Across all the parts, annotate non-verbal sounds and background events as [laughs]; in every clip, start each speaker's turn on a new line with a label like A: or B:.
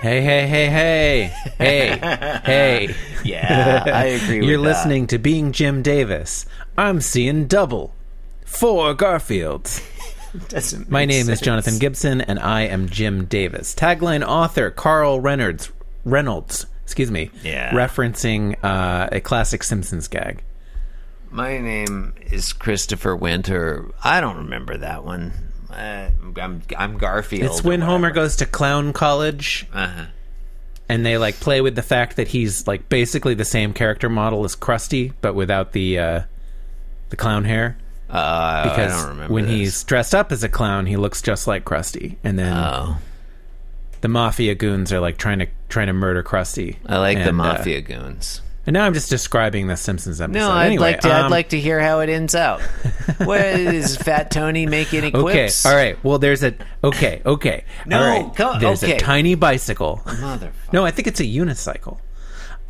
A: Hey, hey, hey, hey, hey, hey.
B: Yeah, [laughs] I agree
A: [laughs]
B: with
A: You're
B: that.
A: listening to Being Jim Davis. I'm seeing double. Four Garfields.
B: Doesn't
A: My
B: make
A: name
B: sense.
A: is Jonathan Gibson, and I am Jim Davis. Tagline author Carl Reynolds. Reynolds, excuse me.
B: Yeah.
A: Referencing uh, a classic Simpsons gag.
B: My name is Christopher Winter. I don't remember that one. Uh, I'm I'm Garfield.
A: It's when
B: or
A: Homer
B: whatever.
A: goes to clown college
B: Uh-huh.
A: and they like play with the fact that he's like basically the same character model as Krusty, but without the uh, the clown hair.
B: Uh,
A: Because
B: I don't remember
A: when
B: this.
A: he's dressed up as a clown, he looks just like Krusty. And then
B: oh,
A: the mafia goons are like trying to trying to murder Krusty.
B: I like the
A: And, uh,
B: mafia goons.
A: and now I'm just describing the Simpsons episode.
B: No, I'd
A: Anyway,
B: like to. I'd
A: um,
B: like to hear how it
A: [laughs]
B: ends out. What is Fat Tony make any
A: Okay,
B: quips?
A: all right. Well, there's a okay, okay.
B: No,
A: all right.
B: come-
A: there's
B: okay.
A: a tiny bicycle.
B: [laughs] Motherfucker.
A: No, I think it's a unicycle.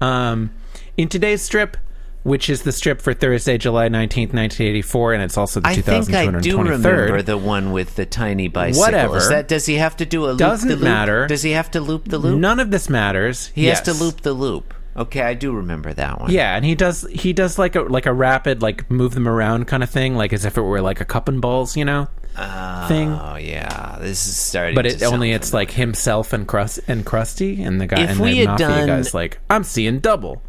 A: Um, in today's strip, which is the strip for Thursday, July 19th, 1984, and it's also the
B: I think I do
A: 2223rd.
B: remember the one with the tiny bicycle.
A: Whatever.
B: Is that does he have to do a loop
A: Doesn't
B: the loop?
A: matter.
B: Does he have to loop the loop?
A: None of this matters.
B: He has to
A: Yes.
B: loop the loop. Okay, I do remember that one.
A: Yeah, and he does he does like a like a rapid like move them around kind of thing, like as if it were like a cup and balls, you know, thing.
B: Oh yeah, this is starting.
A: But
B: to
A: it only
B: sound
A: it's like himself and crust and Krusty and the guy
B: If
A: and
B: we
A: the
B: had
A: mafia
B: done-
A: guy's like, I'm seeing double.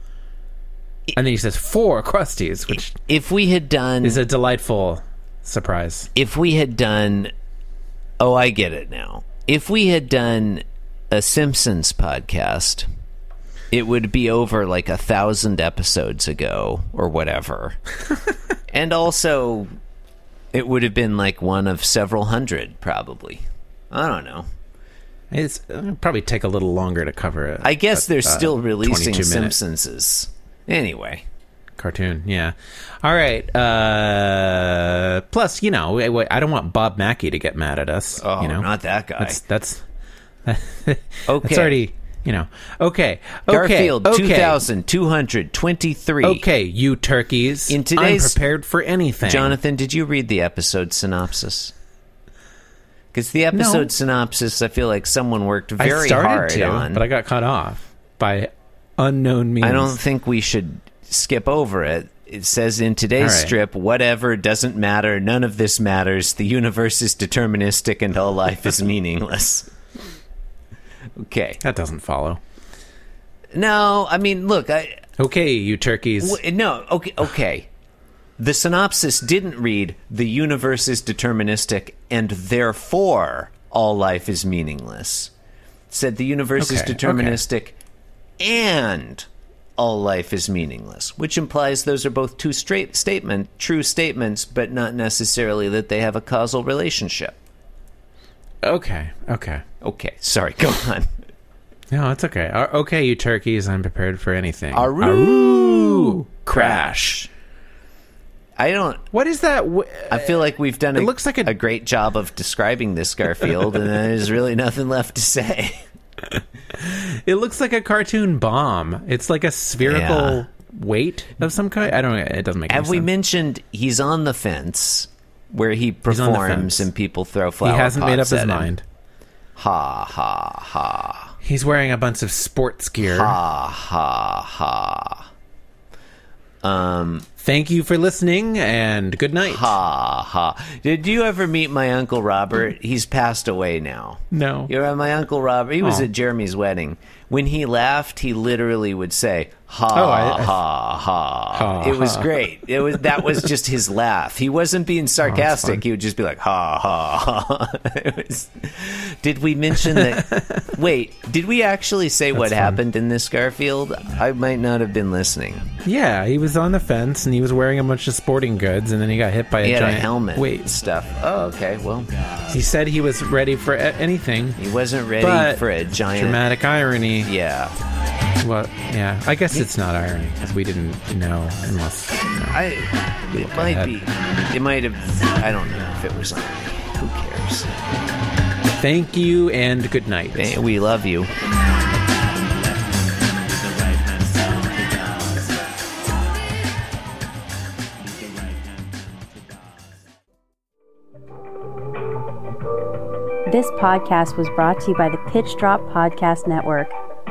A: And then he says four crusties, which
B: If we had done,
A: is a delightful surprise.
B: if we had done, oh, I get it now. If we had done a Simpsons podcast, it would be over like a thousand episodes ago or
A: [laughs]
B: whatever, and also it would have been like one of several hundred, probably. I don't know.
A: It's it'll probably take a little longer to cover it.
B: I guess they're still releasing
A: 22 uh, minute.
B: Simpsonses. Anyway.
A: cartoon. Yeah. All right. Uh, plus, you know, I, I don't want Bob Mackey to get mad at us.
B: Oh,
A: you know?
B: not that guy.
A: That's that's
B: okay.
A: that's already you know. Okay. okay.
B: Garfield,
A: okay.
B: 2,223.
A: Okay, you turkeys.
B: In today's-
A: I'm prepared for anything.
B: Jonathan, did you read the episode synopsis? Because the episode
A: No.
B: synopsis, I feel like someone worked
A: I
B: very
A: started
B: hard
A: to,
B: on.
A: but I got cut off by unknown means.
B: I don't think we should skip over it. It says in today's
A: All right.
B: strip, whatever doesn't matter, none of this matters. The universe is deterministic and all life is meaningless. [laughs] Okay.
A: That doesn't follow.
B: No, I mean, look, I,
A: Okay, you turkeys.
B: W- No, okay, okay. The synopsis didn't read the universe is deterministic and therefore all life is meaningless. It said the universe is
A: Okay, okay.
B: deterministic and all life is meaningless, which implies those are both two straight statement, true statements, but not necessarily that they have a causal relationship.
A: Okay. Okay.
B: Okay, sorry, [laughs] go on.
A: No, it's okay. Uh, Okay, you turkeys. I'm prepared for anything.
B: Aru-
A: Aru- crash.
B: I don't
A: What is that? W-
B: I feel like we've done. A,
A: It looks like a-
B: a great job of describing this Garfield, and there's really nothing left to say.
A: [laughs] it looks like a cartoon bomb. It's like a spherical
B: Yeah.
A: weight of some kind. I don't. It doesn't make.
B: Have
A: any
B: we
A: sense.
B: mentioned he's on the fence where he
A: on the
B: performs
A: fence.
B: and people throw
A: He
B: flowers?
A: hasn't made up his mind.
B: Ha ha ha
A: He's wearing a bunch of sports gear.
B: ha ha ha. Um
A: Thank you for listening, and good night.
B: ha ha. Did you ever meet my uncle Robert? He's passed away now.
A: No.
B: You know, my uncle Robert, he was
A: Aw.
B: at Jeremy's wedding. When he laughed, he literally would say, ha,
A: Oh, I- I-
B: ha, ha.
A: Ha,
B: It was
A: ha. Oh,
B: great. It was That was just his laugh. He wasn't being sarcastic.
A: fun.
B: he would just be like, ha, ha, [laughs] ha. It was, did we
A: [laughs]
B: mention that? wait, did we actually say what
A: fun.
B: happened in this Garfield? I might not have been listening.
A: Yeah, he was on the fence, and he was wearing a bunch of sporting goods, and then he got hit by a
B: He had a
A: giant
B: helmet and
A: Wait,
B: stuff. Oh, okay. Well,
A: he said he was ready for a- anything.
B: he wasn't ready
A: But
B: for a giant.
A: Dramatic irony.
B: Yeah.
A: Well, yeah. I guess it's not irony because we didn't know unless.
B: I it might be it might have I don't know if it was on me. Who cares?
A: Thank you and good night.
B: Eh, We love you.
C: This podcast was brought to you by the Pitch Drop Podcast Network.